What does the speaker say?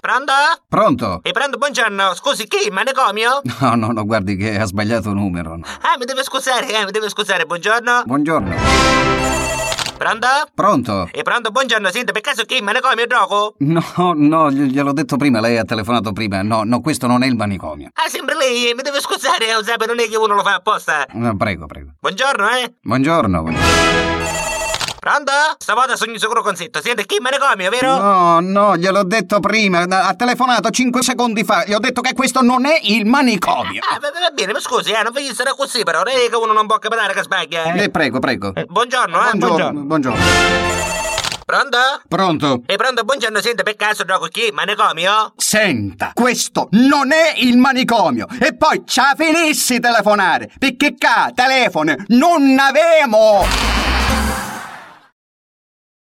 Pronto? Pronto? Mi prendo, buongiorno. Scusi, chi? Manicomio? No, no, no, guardi che ha sbagliato numero. no. Ah, mi deve scusare, eh, mi deve scusare, buongiorno. Buongiorno. Pronto? Pronto? E pronto, buongiorno, senta, per caso chi? Manicomio, drogo? No, no, gli- gliel'ho detto prima, lei ha telefonato prima. No, no, questo non è il manicomio. Ah, sempre lei, eh, mi deve scusare, eh, Giuseppe, non è che uno lo fa apposta. No, prego, prego. Buongiorno, eh. Buongiorno. buongiorno. Pronto? Stavolta sono sicuro consetto. Siete chi? Manicomio, vero? No, no, gliel'ho detto prima. no, Ha telefonato 5 secondi fa. Gli ho detto che questo non è il manicomio. Ah, va, va- va bene, mi scusi, eh, non voglio stare così, però non è che uno non può capitare che sbaglia. eh. Eh, prego, prego. Eh, Buongiorno, eh, Buongiorno. Buongiorno. Pronto? Pronto? E pronto, buongiorno, senta, per caso drogo chi? Manicomio? Senta, questo non è il manicomio. E poi ci finissi telefonare, perché qua telefono non avemo.